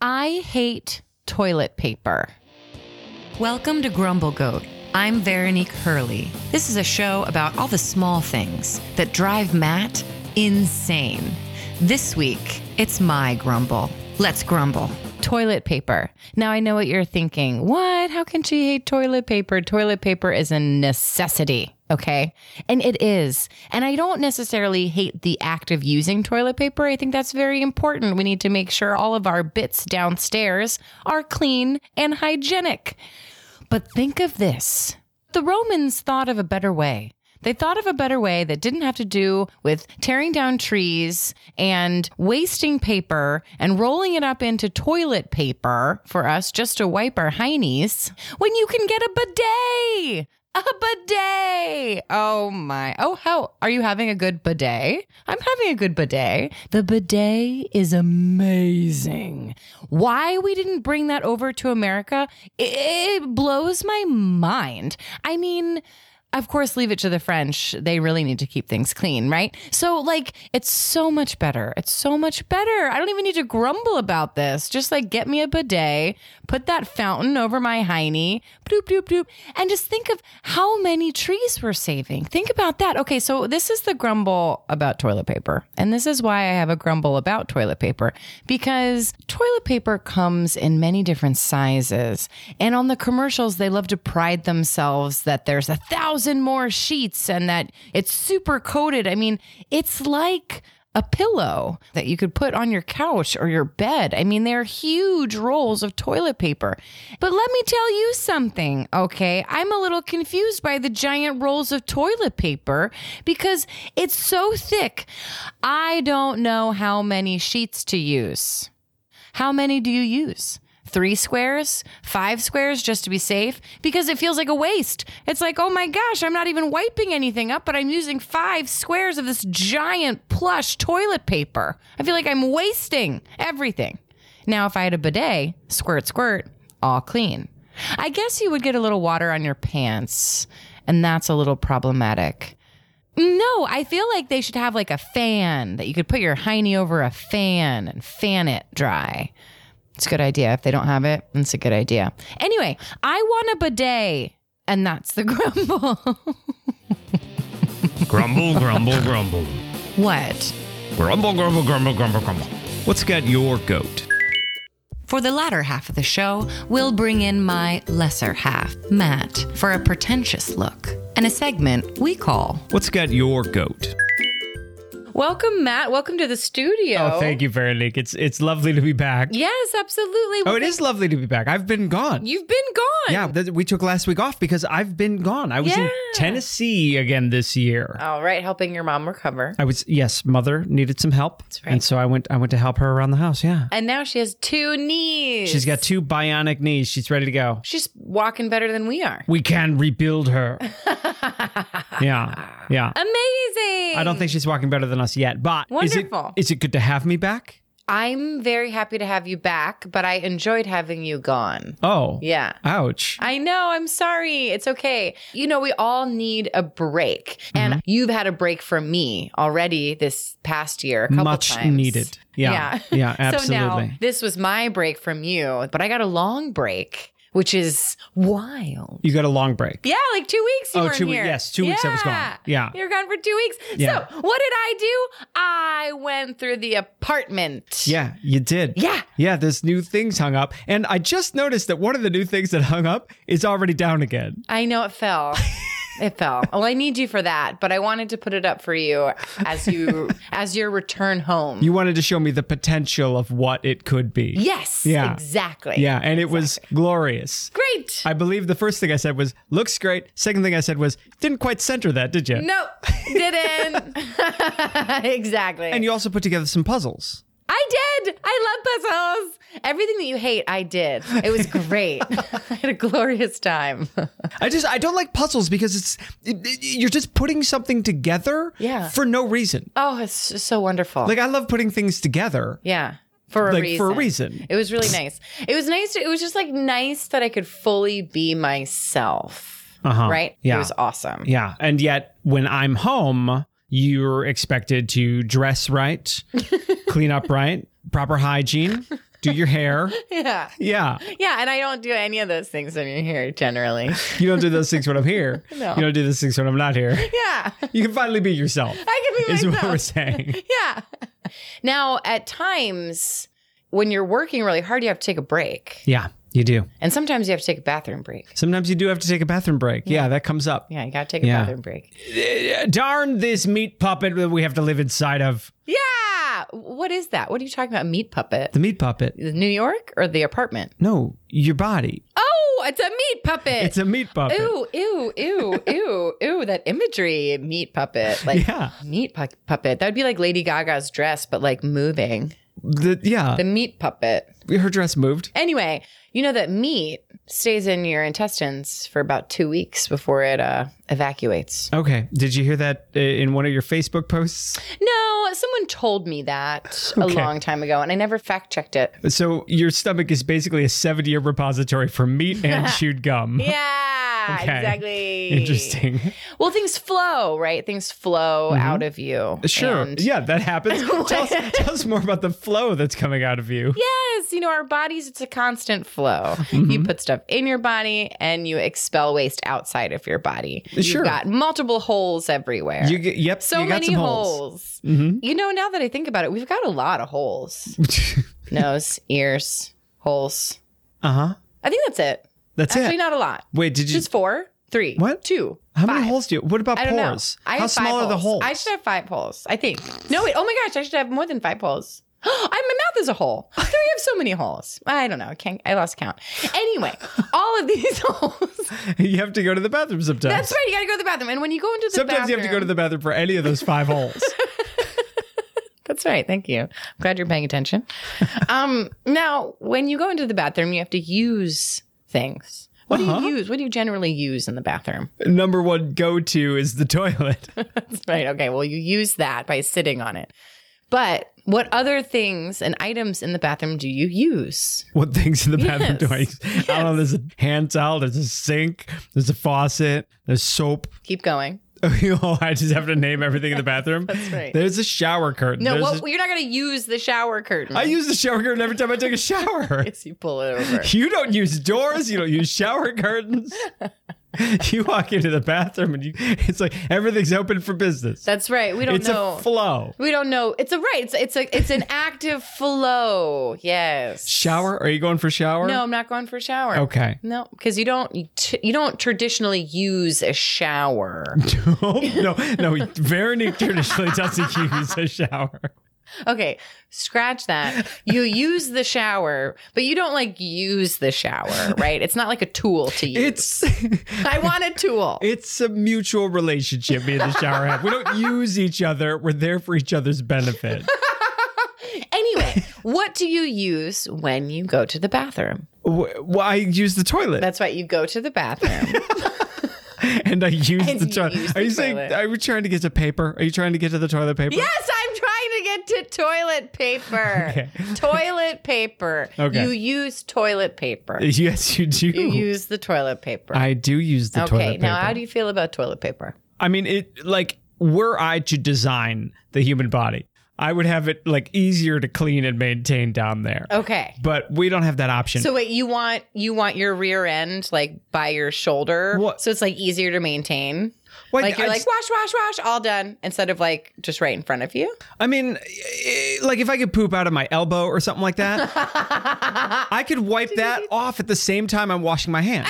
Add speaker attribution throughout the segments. Speaker 1: I hate toilet paper. Welcome to Grumble Goat. I'm Veronique Hurley. This is a show about all the small things that drive Matt insane. This week, it's my grumble. Let's grumble. Toilet paper. Now I know what you're thinking. What? How can she hate toilet paper? Toilet paper is a necessity, okay? And it is. And I don't necessarily hate the act of using toilet paper. I think that's very important. We need to make sure all of our bits downstairs are clean and hygienic. But think of this the Romans thought of a better way. They thought of a better way that didn't have to do with tearing down trees and wasting paper and rolling it up into toilet paper for us just to wipe our heinies when you can get a bidet. A bidet. Oh my. Oh, how are you having a good bidet? I'm having a good bidet. The bidet is amazing. Why we didn't bring that over to America, it, it blows my mind. I mean, of course, leave it to the French. They really need to keep things clean, right? So, like, it's so much better. It's so much better. I don't even need to grumble about this. Just like, get me a bidet, put that fountain over my hiney, bloop, bloop, bloop. And just think of how many trees we're saving. Think about that. Okay, so this is the grumble about toilet paper. And this is why I have a grumble about toilet paper because toilet paper comes in many different sizes. And on the commercials, they love to pride themselves that there's a thousand more sheets and that it's super coated. I mean, it's like a pillow that you could put on your couch or your bed. I mean, they're huge rolls of toilet paper. But let me tell you something, okay? I'm a little confused by the giant rolls of toilet paper because it's so thick. I don't know how many sheets to use. How many do you use? Three squares, five squares just to be safe, because it feels like a waste. It's like, oh my gosh, I'm not even wiping anything up, but I'm using five squares of this giant plush toilet paper. I feel like I'm wasting everything. Now, if I had a bidet, squirt, squirt, all clean. I guess you would get a little water on your pants, and that's a little problematic. No, I feel like they should have like a fan that you could put your hiney over a fan and fan it dry. It's a good idea. If they don't have it, it's a good idea. Anyway, I want a bidet, and that's the grumble.
Speaker 2: Grumble, grumble, grumble.
Speaker 1: what?
Speaker 2: Grumble, grumble, grumble, grumble, grumble. What's got your goat?
Speaker 1: For the latter half of the show, we'll bring in my lesser half, Matt, for a pretentious look and a segment we call
Speaker 2: What's got your goat?
Speaker 1: Welcome, Matt. Welcome to the studio.
Speaker 3: Oh, thank you, Veronique. It's it's lovely to be back.
Speaker 1: Yes, absolutely.
Speaker 3: Oh, it is lovely to be back. I've been gone.
Speaker 1: You've been gone.
Speaker 3: yeah, th- we took last week off because I've been gone. I was
Speaker 1: Yeah.
Speaker 3: in Tennessee again this year.
Speaker 1: All right, helping your mom recover.
Speaker 3: I was yes, mother needed some help,
Speaker 1: right.
Speaker 3: and so I went. I went to help her around the house. Yeah,
Speaker 1: And now she has two knees.
Speaker 3: she's got two bionic knees. She's ready to go.
Speaker 1: She's walking better than we are.
Speaker 3: We can rebuild her. yeah, yeah.
Speaker 1: Amazing.
Speaker 3: I don't think she's walking better than us yet, but
Speaker 1: Wonderful.
Speaker 3: Is it, is it good to have me back?
Speaker 1: I'm very happy to have you back, but I enjoyed having you gone.
Speaker 3: Oh,
Speaker 1: Yeah.
Speaker 3: Ouch.
Speaker 1: I know. I'm sorry. It's okay. You know, we all need a break.
Speaker 3: Mm-hmm.
Speaker 1: And you've had a break from me already this past year, a couple
Speaker 3: Much
Speaker 1: times.
Speaker 3: needed. Yeah. Yeah,
Speaker 1: so now
Speaker 3: absolutely.
Speaker 1: this was my break from you, but I got a long break, which is wild.
Speaker 3: You got a long break.
Speaker 1: Yeah, like two weeks. You
Speaker 3: Oh,
Speaker 1: weren't
Speaker 3: two we-
Speaker 1: here.
Speaker 3: yes, two weeks I was gone. Yeah.
Speaker 1: you were gone for two weeks.
Speaker 3: Yeah.
Speaker 1: So what did I do? I went through the apartment.
Speaker 3: Yeah, you did.
Speaker 1: Yeah.
Speaker 3: Yeah, there's new things hung up. And I just noticed that one of the new things that hung up is already down again.
Speaker 1: I know it fell. it fell. Well, I need you for that, but I wanted to put it up for you as you as your return home.
Speaker 3: You wanted to show me the potential of what it could be.
Speaker 1: yes.
Speaker 3: Yeah.
Speaker 1: Exactly.
Speaker 3: Yeah, and it was glorious.
Speaker 1: Great.
Speaker 3: I believe the first thing I said was, looks great. Second thing I said was, didn't quite center that, did you?
Speaker 1: no, didn't. exactly.
Speaker 3: And you also put together some puzzles.
Speaker 1: I did. I love puzzles. Everything that you hate, I did. It was great. I had a glorious time.
Speaker 3: I just, I don't like puzzles because it's, it- it- you're just putting something together
Speaker 1: Yeah.
Speaker 3: for no reason.
Speaker 1: Oh, it's just so wonderful.
Speaker 3: Like, I love putting things together.
Speaker 1: yeah. For a
Speaker 3: Like,
Speaker 1: reason.
Speaker 3: for a reason.
Speaker 1: It was really nice. It was nice. to- it was just like nice that I could fully be myself.
Speaker 3: Uh-huh.
Speaker 1: Right?
Speaker 3: Yeah.
Speaker 1: It was awesome.
Speaker 3: Yeah. And yet, when I'm home, you're expected to dress right, clean up right, proper hygiene, do your hair.
Speaker 1: Yeah.
Speaker 3: Yeah.
Speaker 1: Yeah. And I don't do any of those things when you're here generally.
Speaker 3: You don't do those things when I'm here.
Speaker 1: No.
Speaker 3: You don't do those things when I'm not here.
Speaker 1: Yeah.
Speaker 3: You can finally be yourself.
Speaker 1: I can be
Speaker 3: is what
Speaker 1: myself.
Speaker 3: we're saying.
Speaker 1: Yeah. Now, at times when you're working really hard, you have to take a break.
Speaker 3: Yeah, you do.
Speaker 1: And sometimes you have to take a bathroom break.
Speaker 3: Sometimes you do have to take a bathroom break. Yeah, that comes up.
Speaker 1: Yeah, you got to take a
Speaker 3: Yeah.
Speaker 1: bathroom break.
Speaker 3: Darn this meat puppet that we have to live inside of.
Speaker 1: Yeah. What is that? What are you talking about? Meat puppet?
Speaker 3: The meat puppet.
Speaker 1: New York or the apartment?
Speaker 3: No, your body.
Speaker 1: Oh, it's a meat puppet.
Speaker 3: It's a meat puppet.
Speaker 1: Ooh, ew, ew, ew, ew, that imagery, meat puppet. Like
Speaker 3: Yeah.
Speaker 1: meat pu- puppet. That would be like Lady Gaga's dress, but like moving.
Speaker 3: The, yeah,
Speaker 1: The meat puppet.
Speaker 3: her dress moved.
Speaker 1: Anyway, you know that meat stays in your intestines for about two weeks before it uh, evacuates.
Speaker 3: Okay. Did you hear that uh, in one of your Facebook posts?
Speaker 1: No, someone told me that a
Speaker 3: Okay.
Speaker 1: long time ago, and I never fact checked it.
Speaker 3: So your stomach is basically a seven-year repository for meat and chewed gum.
Speaker 1: Yeah,
Speaker 3: Okay.
Speaker 1: exactly.
Speaker 3: Interesting. Mm-hmm.
Speaker 1: Well, things flow, right? Things flow out of you.
Speaker 3: Sure.
Speaker 1: And-
Speaker 3: yeah, that happens. tell, us, tell us more about the flow that's coming out of you.
Speaker 1: Yes, you know, our bodies, it's a constant flow.
Speaker 3: Mm-hmm.
Speaker 1: You put stuff in your body and you expel waste outside of your body.
Speaker 3: Sure.
Speaker 1: You've got multiple holes everywhere.
Speaker 3: You get yep.
Speaker 1: so
Speaker 3: you got
Speaker 1: many
Speaker 3: some
Speaker 1: holes.
Speaker 3: Mhm.
Speaker 1: You know, now that I think about it, we've got a lot of holes nose, ears, holes.
Speaker 3: uh huh.
Speaker 1: I think that's it.
Speaker 3: That's
Speaker 1: Actually,
Speaker 3: it.
Speaker 1: not a lot.
Speaker 3: Wait, did you?
Speaker 1: Just four, three,
Speaker 3: What?
Speaker 1: two.
Speaker 3: how many
Speaker 1: five.
Speaker 3: holes do you? What about
Speaker 1: I don't
Speaker 3: pores?
Speaker 1: know. I
Speaker 3: how
Speaker 1: have five
Speaker 3: small are the holes?
Speaker 1: I should have five holes. I think. No, wait. Oh my gosh, I should have more than five holes. I, my mouth is a hole. There you have so many holes. I don't know. I can't. I lost count. Anyway, all of these holes.
Speaker 3: you have to go to the bathroom sometimes.
Speaker 1: That's right. You got to go to the bathroom, and when you go into the
Speaker 3: Sometimes you
Speaker 1: bathroom,
Speaker 3: have to go to the bathroom for any of those five holes.
Speaker 1: That's right. Thank you. I'm glad you're paying attention. um, now, when you go into the bathroom, you have to use things. What
Speaker 3: Uh-huh.
Speaker 1: do you use? What do you generally use in the bathroom?
Speaker 3: Number one go to is the toilet.
Speaker 1: That's right. Okay. Well, you use that by sitting on it. But what other things and items in the bathroom do you use?
Speaker 3: What things in the
Speaker 1: Yes.
Speaker 3: bathroom do I use? I don't know. There's a hand towel, there's a sink, there's a faucet, there's soap.
Speaker 1: Keep going.
Speaker 3: oh, I just have to name everything in the bathroom.
Speaker 1: That's right.
Speaker 3: There's a shower curtain.
Speaker 1: No,
Speaker 3: There's
Speaker 1: what,
Speaker 3: a-
Speaker 1: you're not going to use the shower curtain.
Speaker 3: I use the shower curtain every time I take a shower.
Speaker 1: Yes, you pull it over.
Speaker 3: You don't use doors. You don't use shower curtains. You walk into the bathroom and you, it's like everything's open for business.
Speaker 1: That's right. We don't
Speaker 3: it's
Speaker 1: know.
Speaker 3: a flow.
Speaker 1: we don't know. It's a right. It's, it's a it's an active flow. Yes.
Speaker 3: Shower? Are you going for shower?
Speaker 1: No, I'm not going for a shower.
Speaker 3: Okay.
Speaker 1: No, because you don't you, t- you don't traditionally use a shower.
Speaker 3: no, no, no. Veronique traditionally doesn't use a shower.
Speaker 1: Okay, scratch that. You use the shower, but you don't like use the shower, right? It's not like a tool to use.
Speaker 3: It's
Speaker 1: I want a tool.
Speaker 3: it's a mutual relationship. Me and the shower have. We don't use each other. We're there for each other's benefit.
Speaker 1: Anyway, what do you use when you go to the bathroom?
Speaker 3: W- Well, I use the toilet,
Speaker 1: That's right, you go to the bathroom.
Speaker 3: and I use
Speaker 1: And
Speaker 3: the
Speaker 1: you
Speaker 3: toilet.
Speaker 1: use the
Speaker 3: Are you saying?
Speaker 1: toilet.
Speaker 3: Are we trying to get to paper? Are you trying to get to the toilet paper?
Speaker 1: yes, I'm trying to get to toilet paper.
Speaker 3: Okay.
Speaker 1: Toilet paper.
Speaker 3: Okay.
Speaker 1: You use toilet paper.
Speaker 3: Yes, you do.
Speaker 1: You use the toilet paper.
Speaker 3: I do use the toilet
Speaker 1: okay,
Speaker 3: paper.
Speaker 1: now how do you feel about toilet paper?
Speaker 3: I mean, it like were I to design the human body, I would have it like easier to clean and maintain down there.
Speaker 1: Okay.
Speaker 3: But we don't have that option.
Speaker 1: Oh. So wait, you want you want your rear end like by your shoulder,
Speaker 3: What?
Speaker 1: so it's like easier to maintain.
Speaker 3: Wait,
Speaker 1: Like you're
Speaker 3: I
Speaker 1: like wash, wash, wash, all done, instead of like just right in front of you.
Speaker 3: I mean, eh, like if I could poop out of my elbow or something like that, I could wipe that off at the same time I'm washing my hands.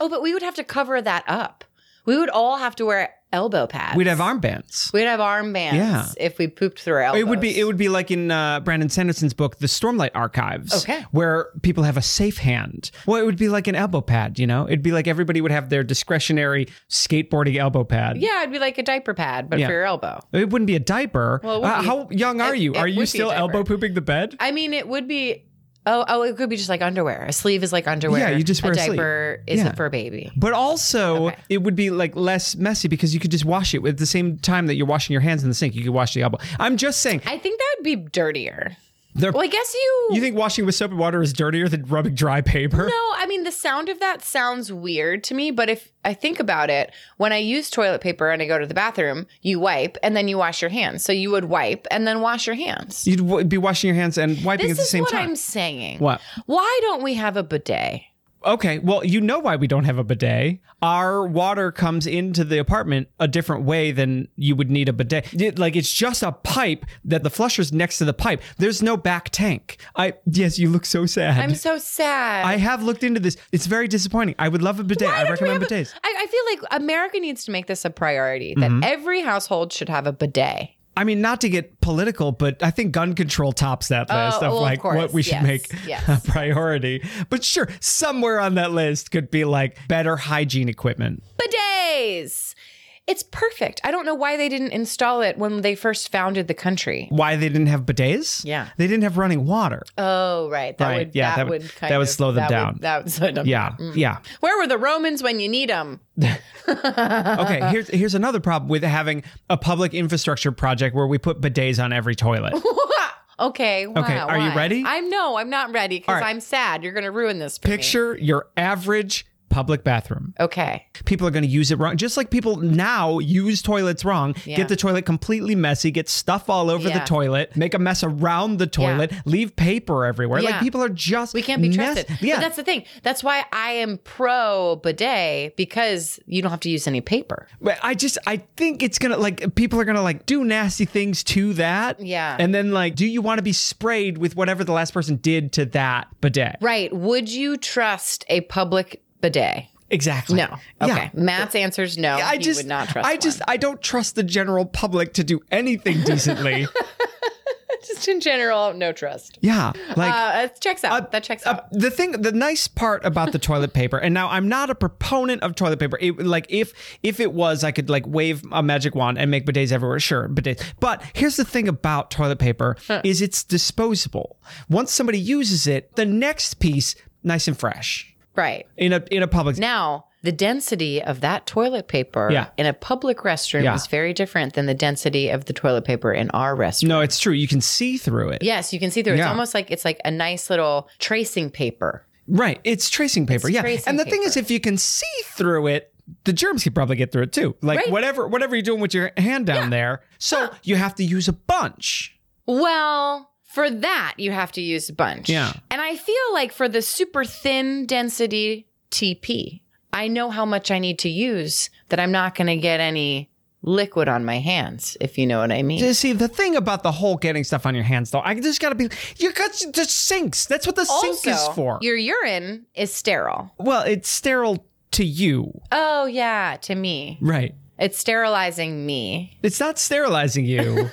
Speaker 1: Oh, but we would have to cover that up. We would all have to wear elbow pads.
Speaker 3: We'd have armbands.
Speaker 1: We'd have armbands
Speaker 3: Yeah.
Speaker 1: if we pooped through our elbows.
Speaker 3: It would be it would be like in uh, Brandon Sanderson's book, The Stormlight Archives,
Speaker 1: Okay.
Speaker 3: where people have a safe hand. Well, it would be like an elbow pad, you know. It'd be like everybody would have their discretionary skateboarding elbow pad.
Speaker 1: yeah, it'd be like a diaper pad, but
Speaker 3: Yeah.
Speaker 1: for your elbow.
Speaker 3: It wouldn't be a diaper.
Speaker 1: Well, it would
Speaker 3: Uh,
Speaker 1: be-
Speaker 3: how young are
Speaker 1: it-
Speaker 3: you?
Speaker 1: it
Speaker 3: Are
Speaker 1: would be
Speaker 3: you
Speaker 1: a
Speaker 3: still
Speaker 1: diaper.
Speaker 3: elbow pooping the bed?
Speaker 1: I mean, it would be. Oh, oh, it could be just like underwear. A sleeve is like underwear.
Speaker 3: Yeah, you just wear a
Speaker 1: a
Speaker 3: sleeve.
Speaker 1: diaper isn't
Speaker 3: Yeah.
Speaker 1: for a baby.
Speaker 3: But also,
Speaker 1: Okay.
Speaker 3: it would be like less messy because you could just wash it at the same time that you're washing your hands in the sink. You could wash the elbow. I'm just saying,
Speaker 1: I think that would be dirtier.
Speaker 3: They're-
Speaker 1: Well, I guess you.
Speaker 3: you think washing with soap and water is dirtier than rubbing dry paper?
Speaker 1: No, I mean the sound of that sounds weird to me, but if I think about it, when I use toilet paper and I go to the bathroom, you wipe and then you wash your hands. So you would wipe and then wash your hands.
Speaker 3: You'd w- be washing your hands and wiping
Speaker 1: This
Speaker 3: at the
Speaker 1: is
Speaker 3: same
Speaker 1: what
Speaker 3: time.
Speaker 1: I'm saying.
Speaker 3: What?
Speaker 1: Why don't we have a bidet?
Speaker 3: Okay, well, you know why we don't have a bidet. Our water comes into the apartment a different way than you would need a bidet. It- like it's just a pipe that the flusher's next to the pipe. There's no back tank. I yes, you look so sad.
Speaker 1: I'm so sad.
Speaker 3: I have looked into this. It's very disappointing. I would love a bidet. I
Speaker 1: don't we have
Speaker 3: recommend
Speaker 1: a-
Speaker 3: bidets. Mm-hmm.
Speaker 1: I, I feel like America needs to make this a priority that every household should have a bidet.
Speaker 3: I mean, not to get political, but I think gun control tops that list of
Speaker 1: Oh, well, of
Speaker 3: like what
Speaker 1: course.
Speaker 3: we should
Speaker 1: Yes,
Speaker 3: make
Speaker 1: yes.
Speaker 3: a priority. But sure, somewhere on that list could be like better hygiene equipment.
Speaker 1: bidets. It's perfect. I don't know why they didn't install it when they first founded the country.
Speaker 3: Why they didn't have bidets?
Speaker 1: Yeah.
Speaker 3: They didn't have running water.
Speaker 1: Oh, right. That
Speaker 3: Right.
Speaker 1: would
Speaker 3: Yeah,
Speaker 1: that,
Speaker 3: that would-
Speaker 1: would kind
Speaker 3: that would
Speaker 1: of-
Speaker 3: slow them
Speaker 1: that
Speaker 3: down.
Speaker 1: Would, that would slow them
Speaker 3: Yeah.
Speaker 1: down. Mm.
Speaker 3: Yeah.
Speaker 1: Where were the Romans when you need them?
Speaker 3: Okay, here's here's another problem with having a public infrastructure project where we put bidets on every toilet.
Speaker 1: okay. Wow,
Speaker 3: Okay, are you
Speaker 1: why?
Speaker 3: ready?
Speaker 1: I'm no, I'm not ready because
Speaker 3: right.
Speaker 1: I'm sad. You're going to ruin this for me.
Speaker 3: Picture your average public bathroom.
Speaker 1: Okay.
Speaker 3: People are going to use it wrong. Just like people now use toilets wrong,
Speaker 1: Yeah.
Speaker 3: get the toilet completely messy, get stuff all over the
Speaker 1: Yeah.
Speaker 3: toilet, make a mess around the toilet, leave paper everywhere.
Speaker 1: Yeah.
Speaker 3: Like people are just
Speaker 1: We can't be
Speaker 3: mess-
Speaker 1: trusted.
Speaker 3: Yeah.
Speaker 1: But that's the thing. That's why I am pro bidet because you don't have to use any paper.
Speaker 3: But I just I think it's gonna like people are gonna like do nasty things to that.
Speaker 1: Yeah.
Speaker 3: And then like, do you want to be sprayed with whatever the last person did to that bidet?
Speaker 1: Right. Would you trust a public bidet?
Speaker 3: Exactly.
Speaker 1: No. Okay. Matt's answer's no.
Speaker 3: Yeah. I
Speaker 1: He
Speaker 3: just
Speaker 1: would not trust
Speaker 3: I just
Speaker 1: one.
Speaker 3: I don't trust the general public to do anything decently.
Speaker 1: just in general, no trust.
Speaker 3: yeah. Like
Speaker 1: Uh, it checks out. that checks
Speaker 3: Uh,
Speaker 1: out.
Speaker 3: the thing the nice part about the toilet paper and now i'm not a proponent of toilet paper It- like if if it was i could like wave a magic wand and make bidets everywhere sure bidets but here's the thing about toilet paper is it's disposable once somebody uses it the next piece nice and fresh
Speaker 1: right.
Speaker 3: in a in a public
Speaker 1: Now, the density of that toilet paper
Speaker 3: Yeah.
Speaker 1: in a public restroom
Speaker 3: Yeah.
Speaker 1: is very different than the density of the toilet paper in our restroom.
Speaker 3: no it's true you can see through it
Speaker 1: Yes, you can see through. It's
Speaker 3: Yeah.
Speaker 1: almost like it's like a nice little tracing paper.
Speaker 3: right it's tracing paper yeah
Speaker 1: tracing
Speaker 3: and the thing is if you can see through it the germs could probably get through it too like
Speaker 1: Right.
Speaker 3: whatever whatever you're doing with your hand down there so you have to use a bunch
Speaker 1: Well, for that you have to use a bunch.
Speaker 3: Yeah.
Speaker 1: And I feel like for the super thin density TP, I know how much I need to use that I'm not going to get any liquid on my hands, if you know what I mean.
Speaker 3: You See the thing about the whole getting stuff on your hands, though. I just gotta be. You got the sinks. That's what the sink is
Speaker 1: Also,
Speaker 3: for.
Speaker 1: Your urine is sterile.
Speaker 3: Well, it's sterile to you,
Speaker 1: Oh yeah, to me.
Speaker 3: right?
Speaker 1: It's sterilizing me.
Speaker 3: It's not sterilizing you.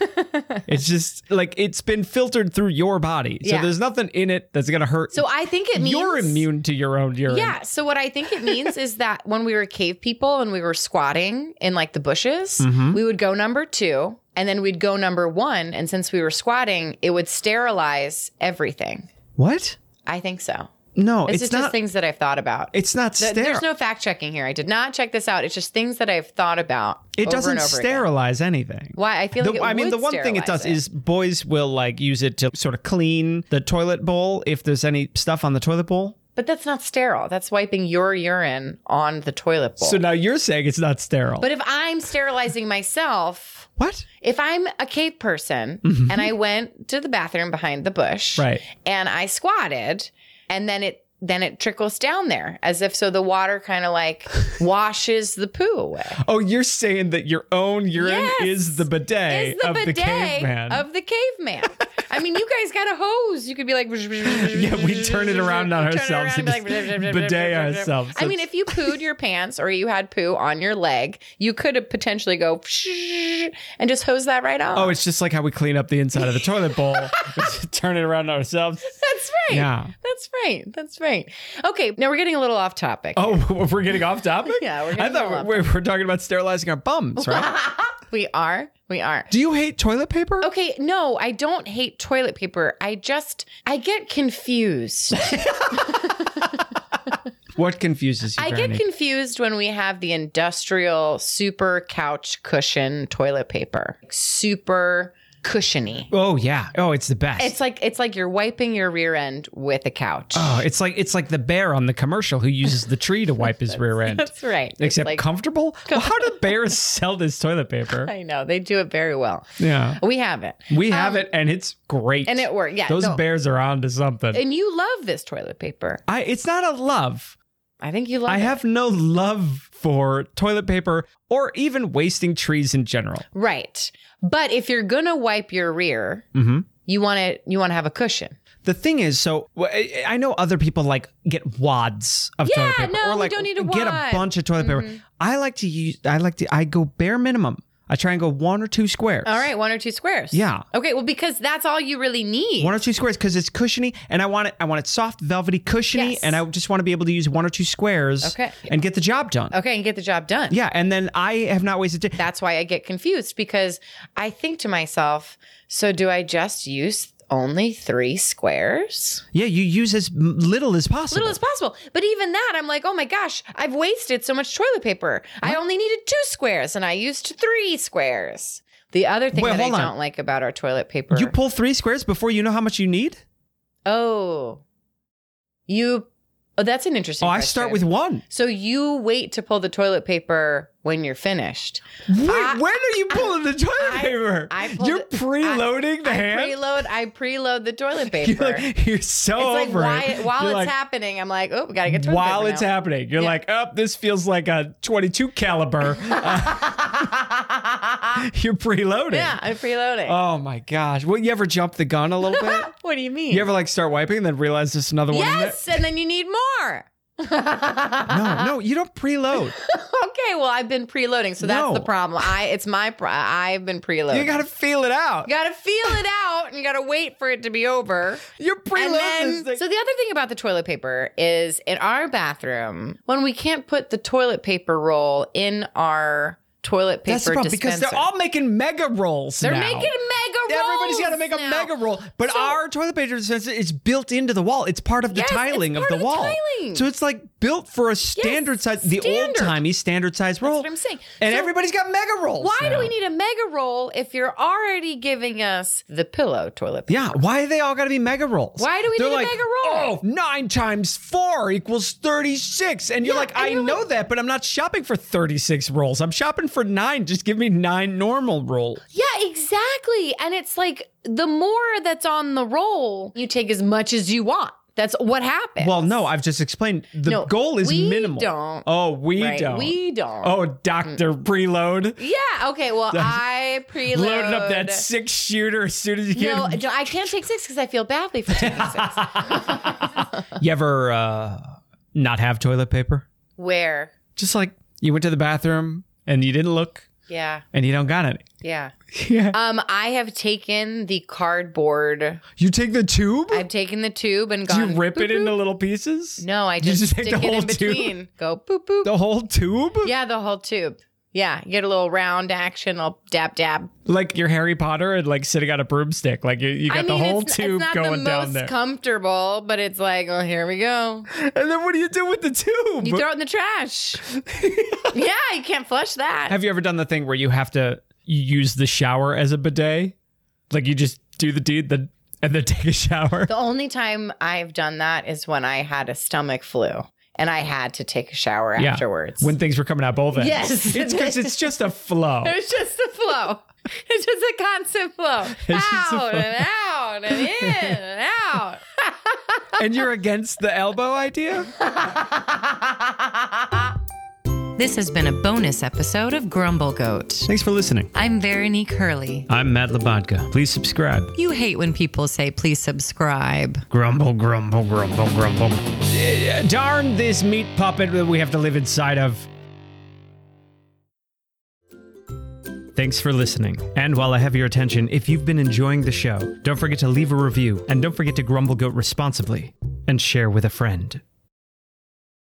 Speaker 3: it's just like it's been filtered through your body, so
Speaker 1: Yeah.
Speaker 3: there's nothing in it that's gonna hurt.
Speaker 1: So I think it means
Speaker 3: you're immune to your own urine.
Speaker 1: Yeah. So what I think it means is that when we were cave people and we were squatting in like the bushes,
Speaker 3: Mm-hmm.
Speaker 1: we would go number two and then we'd go number one. And since we were squatting, it would sterilize everything.
Speaker 3: What?
Speaker 1: I think so.
Speaker 3: No,
Speaker 1: This
Speaker 3: it's
Speaker 1: is just
Speaker 3: not.
Speaker 1: things that I've thought about.
Speaker 3: It's not
Speaker 1: Th-
Speaker 3: sterile.
Speaker 1: There's no fact checking here. I did not check this out. It's just things that I've thought about.
Speaker 3: it
Speaker 1: over
Speaker 3: doesn't
Speaker 1: and over again.
Speaker 3: sterilize anything.
Speaker 1: Why? I feel
Speaker 3: The-
Speaker 1: like it
Speaker 3: I mean,
Speaker 1: would
Speaker 3: the one thing it
Speaker 1: sterilize
Speaker 3: does is boys will like use it to sort of clean the toilet bowl if there's any stuff on the toilet bowl.
Speaker 1: But that's not sterile. That's wiping your urine on the toilet bowl.
Speaker 3: So now you're saying it's not sterile.
Speaker 1: but if I'm sterilizing myself,
Speaker 3: what?
Speaker 1: if I'm a cave person and I went to the bathroom behind the bush,
Speaker 3: Right.
Speaker 1: and I squatted, and then it then it trickles down there as if so the water kind of like washes the poo away.
Speaker 3: Oh, you're saying that your own urine
Speaker 1: Yes.
Speaker 3: is the bidet
Speaker 1: Is the
Speaker 3: of
Speaker 1: bidet
Speaker 3: the caveman.
Speaker 1: of the caveman? I mean, you guys got a hose. You could be like, yeah,
Speaker 3: we turn it around on ourselves and just bidet ourselves.
Speaker 1: I mean, if you pooed your pants or you had poo on your leg, you could potentially go and just hose that right off.
Speaker 3: oh, it's just like how we clean up the inside of the toilet bowl. We just Turn it around on ourselves.
Speaker 1: That's right.
Speaker 3: Yeah.
Speaker 1: That's right. That's right. Okay. Now we're getting a little off topic.
Speaker 3: Oh, we're getting off topic?
Speaker 1: Yeah, we're
Speaker 3: I
Speaker 1: getting
Speaker 3: thought
Speaker 1: off
Speaker 3: we we're, we're talking about sterilizing our bums, right?
Speaker 1: We are. We are.
Speaker 3: Do you hate toilet paper?
Speaker 1: Okay. No, I don't hate toilet paper. I just, I get confused.
Speaker 3: What confuses you?
Speaker 1: I get
Speaker 3: Granny?
Speaker 1: confused when we have the industrial super couch cushion toilet paper, super cushiony.
Speaker 3: Oh yeah. Oh, it's the best.
Speaker 1: It's like it's like you're wiping your rear end with a couch.
Speaker 3: oh, it's like it's like the bear on the commercial who uses the tree to wipe his rear end.
Speaker 1: That's right. It's
Speaker 3: Except
Speaker 1: like-
Speaker 3: comfortable. Well, how do bears sell this toilet paper?
Speaker 1: I know they do it very well.
Speaker 3: Yeah.
Speaker 1: We have it.
Speaker 3: We have it and it's great.
Speaker 1: Um, and it worked. Yeah,
Speaker 3: Those
Speaker 1: no.
Speaker 3: bears are onto something.
Speaker 1: And you love this toilet paper.
Speaker 3: I it's not a love.
Speaker 1: I think you love
Speaker 3: I
Speaker 1: it.
Speaker 3: have no love for toilet paper or even wasting trees in general.
Speaker 1: Right. But if you're going to wipe your rear,
Speaker 3: Mm-hmm.
Speaker 1: you want to you want to have a cushion.
Speaker 3: The thing is, so wh- I I know other people like get wads of toilet
Speaker 1: Yeah,
Speaker 3: paper,
Speaker 1: no,
Speaker 3: or
Speaker 1: you
Speaker 3: like
Speaker 1: don't need a
Speaker 3: get a
Speaker 1: wad. Mm-hmm.
Speaker 3: bunch of toilet paper. I like to use. I like to. I go bare minimum. I try and go one or two squares.
Speaker 1: All right, one or two squares.
Speaker 3: Yeah.
Speaker 1: Okay, well because that's all you really need.
Speaker 3: One or two squares because it's cushiony, and I want it. I want it soft, velvety, cushiony,
Speaker 1: Yes.
Speaker 3: and I just want to be able to use one or two squares.
Speaker 1: Okay.
Speaker 3: And get the job done.
Speaker 1: okay, and get the job done.
Speaker 3: Yeah, and then I have not wasted. T-
Speaker 1: That's why I get confused because I think to myself, so do I just use only 3 squares?
Speaker 3: yeah, you use as m- little as possible.
Speaker 1: Little as possible. But even that, I'm like, oh my gosh, I've wasted so much toilet paper. I only needed two squares and I used three squares. The other thing
Speaker 3: Wait,
Speaker 1: that I
Speaker 3: hold on.
Speaker 1: don't like about our toilet paper.
Speaker 3: You pull three squares before you know how much you need.
Speaker 1: Oh, you. Oh, that's an interesting.
Speaker 3: Oh, I start with
Speaker 1: question.
Speaker 3: one.
Speaker 1: So you wait to pull the toilet paper when you're finished.
Speaker 3: Wait,
Speaker 1: I-
Speaker 3: when are you pulling the toilet
Speaker 1: I-
Speaker 3: paper?
Speaker 1: I pulled
Speaker 3: You're
Speaker 1: it-
Speaker 3: preloading the
Speaker 1: I
Speaker 3: hand.
Speaker 1: Preload. I preload the toilet paper.
Speaker 3: You're, like, you're so
Speaker 1: it's like
Speaker 3: over
Speaker 1: why,
Speaker 3: it.
Speaker 1: while
Speaker 3: You're
Speaker 1: it's
Speaker 3: like,
Speaker 1: happening, I'm like, oh, we gotta get toilet
Speaker 3: While
Speaker 1: paper
Speaker 3: it's
Speaker 1: now.
Speaker 3: happening, you're like, oh, this feels like a 22 caliber. Uh, you're preloading.
Speaker 1: Yeah, I'm preloading.
Speaker 3: Oh my gosh. Well, you ever jump the gun a little bit?
Speaker 1: what do you mean?
Speaker 3: you ever like start wiping and then realize there's another one in there?
Speaker 1: yes, and then you need more.
Speaker 3: No, no, you don't preload.
Speaker 1: Okay, well, I've been preloading, so that's
Speaker 3: No.
Speaker 1: the problem. I it's my pro- I've been preloading.
Speaker 3: you gotta feel it out.
Speaker 1: You gotta feel it out and you gotta wait for it to be over.
Speaker 3: You're preloading
Speaker 1: And then,
Speaker 3: this
Speaker 1: so
Speaker 3: thing.
Speaker 1: the other thing about the toilet paper is in our bathroom, when we can't put the toilet paper roll in our toilet paper
Speaker 3: That's the problem because
Speaker 1: dispenser,
Speaker 3: they're all making mega rolls
Speaker 1: They're
Speaker 3: now.
Speaker 1: making mega rolls.
Speaker 3: Everybody's got to make a
Speaker 1: now.
Speaker 3: mega roll, but
Speaker 1: So-
Speaker 3: our toilet paper dispenser is built into the wall. It's part of the
Speaker 1: Yes, it's
Speaker 3: tiling
Speaker 1: part
Speaker 3: of the
Speaker 1: of the
Speaker 3: wall,
Speaker 1: tiling.
Speaker 3: so it's like built for a standard size, the old
Speaker 1: standard.
Speaker 3: timey standard size roll.
Speaker 1: what I'm saying.
Speaker 3: And
Speaker 1: So-
Speaker 3: everybody's got mega rolls.
Speaker 1: Why do
Speaker 3: now.
Speaker 1: we need a mega roll if you're already giving us the pillow toilet paper?
Speaker 3: Yeah, why are they all got to be mega rolls?
Speaker 1: Why do we
Speaker 3: They're
Speaker 1: need a
Speaker 3: like,
Speaker 1: mega roll?
Speaker 3: Oh, nine times four equals thirty-six, and you're
Speaker 1: Yeah,
Speaker 3: like,
Speaker 1: and
Speaker 3: I
Speaker 1: you're
Speaker 3: know that, but I'm not shopping for thirty-six rolls. I'm shopping for nine. Just give me nine normal rolls.
Speaker 1: Yeah, exactly. And it's like the more that's on the roll, you take as much as you want. That's what happens.
Speaker 3: Well, no, I've just explained. The
Speaker 1: No,
Speaker 3: goal is
Speaker 1: we
Speaker 3: minimal.
Speaker 1: don't,
Speaker 3: Oh, we
Speaker 1: right?
Speaker 3: don't.
Speaker 1: We don't.
Speaker 3: Oh, Doctor
Speaker 1: Mm.
Speaker 3: Preload.
Speaker 1: Yeah. Okay. Well, I preload.
Speaker 3: Loading up that six shooter as soon as you
Speaker 1: No,
Speaker 3: can.
Speaker 1: no, I can't take six because I feel badly for taking six.
Speaker 3: You ever uh, not have toilet paper?
Speaker 1: Where?
Speaker 3: Just like you went to the bathroom and you didn't look
Speaker 1: Yeah.
Speaker 3: and you don't got any.
Speaker 1: Yeah.
Speaker 3: Yeah.
Speaker 1: Um, I have taken the cardboard.
Speaker 3: You take the tube?
Speaker 1: I've taken the tube and
Speaker 3: Do
Speaker 1: gone.
Speaker 3: you rip it
Speaker 1: boop,
Speaker 3: into
Speaker 1: boop.
Speaker 3: little pieces?
Speaker 1: No, I
Speaker 3: You
Speaker 1: just,
Speaker 3: just
Speaker 1: stick
Speaker 3: take the
Speaker 1: it
Speaker 3: whole
Speaker 1: in
Speaker 3: tube?
Speaker 1: between. Go boop boop.
Speaker 3: The whole tube?
Speaker 1: yeah, the whole tube. Yeah, you get a little round action. I'll dab dab.
Speaker 3: Like you're Harry Potter and like sitting on a broomstick. Like you, you got
Speaker 1: I mean,
Speaker 3: the whole
Speaker 1: it's,
Speaker 3: tube
Speaker 1: it's not
Speaker 3: going
Speaker 1: the most
Speaker 3: down there.
Speaker 1: comfortable, but it's like, oh, here we go.
Speaker 3: and then what do you do with the tube?
Speaker 1: You throw it in the trash. yeah, you can't flush that.
Speaker 3: Have you ever done the thing where you have to use the shower as a bidet? Like you just do the deed then and then take a shower?
Speaker 1: The only time I've done that is when I had a stomach flu and I had to take a shower afterwards.
Speaker 3: When things were coming out both ends.
Speaker 1: Yes.
Speaker 3: It's because it's just a flow.
Speaker 1: it was just the flow. It's just a constant flow.
Speaker 3: It's just a
Speaker 1: Out
Speaker 3: flow.
Speaker 1: and out and in and out.
Speaker 3: and you're against the elbow idea?
Speaker 4: This has been a bonus episode of Grumble Goat.
Speaker 3: Thanks for listening.
Speaker 4: I'm Veronique Hurley.
Speaker 2: I'm Matt Labodka. Please subscribe.
Speaker 4: You hate when people say, please subscribe.
Speaker 2: Grumble, grumble, grumble, grumble. Uh,
Speaker 3: Darn this meat puppet that we have to live inside of.
Speaker 2: Thanks for listening. And while I have your attention, if you've been enjoying the show, don't forget to leave a review and don't forget to grumble goat responsibly and share with a friend.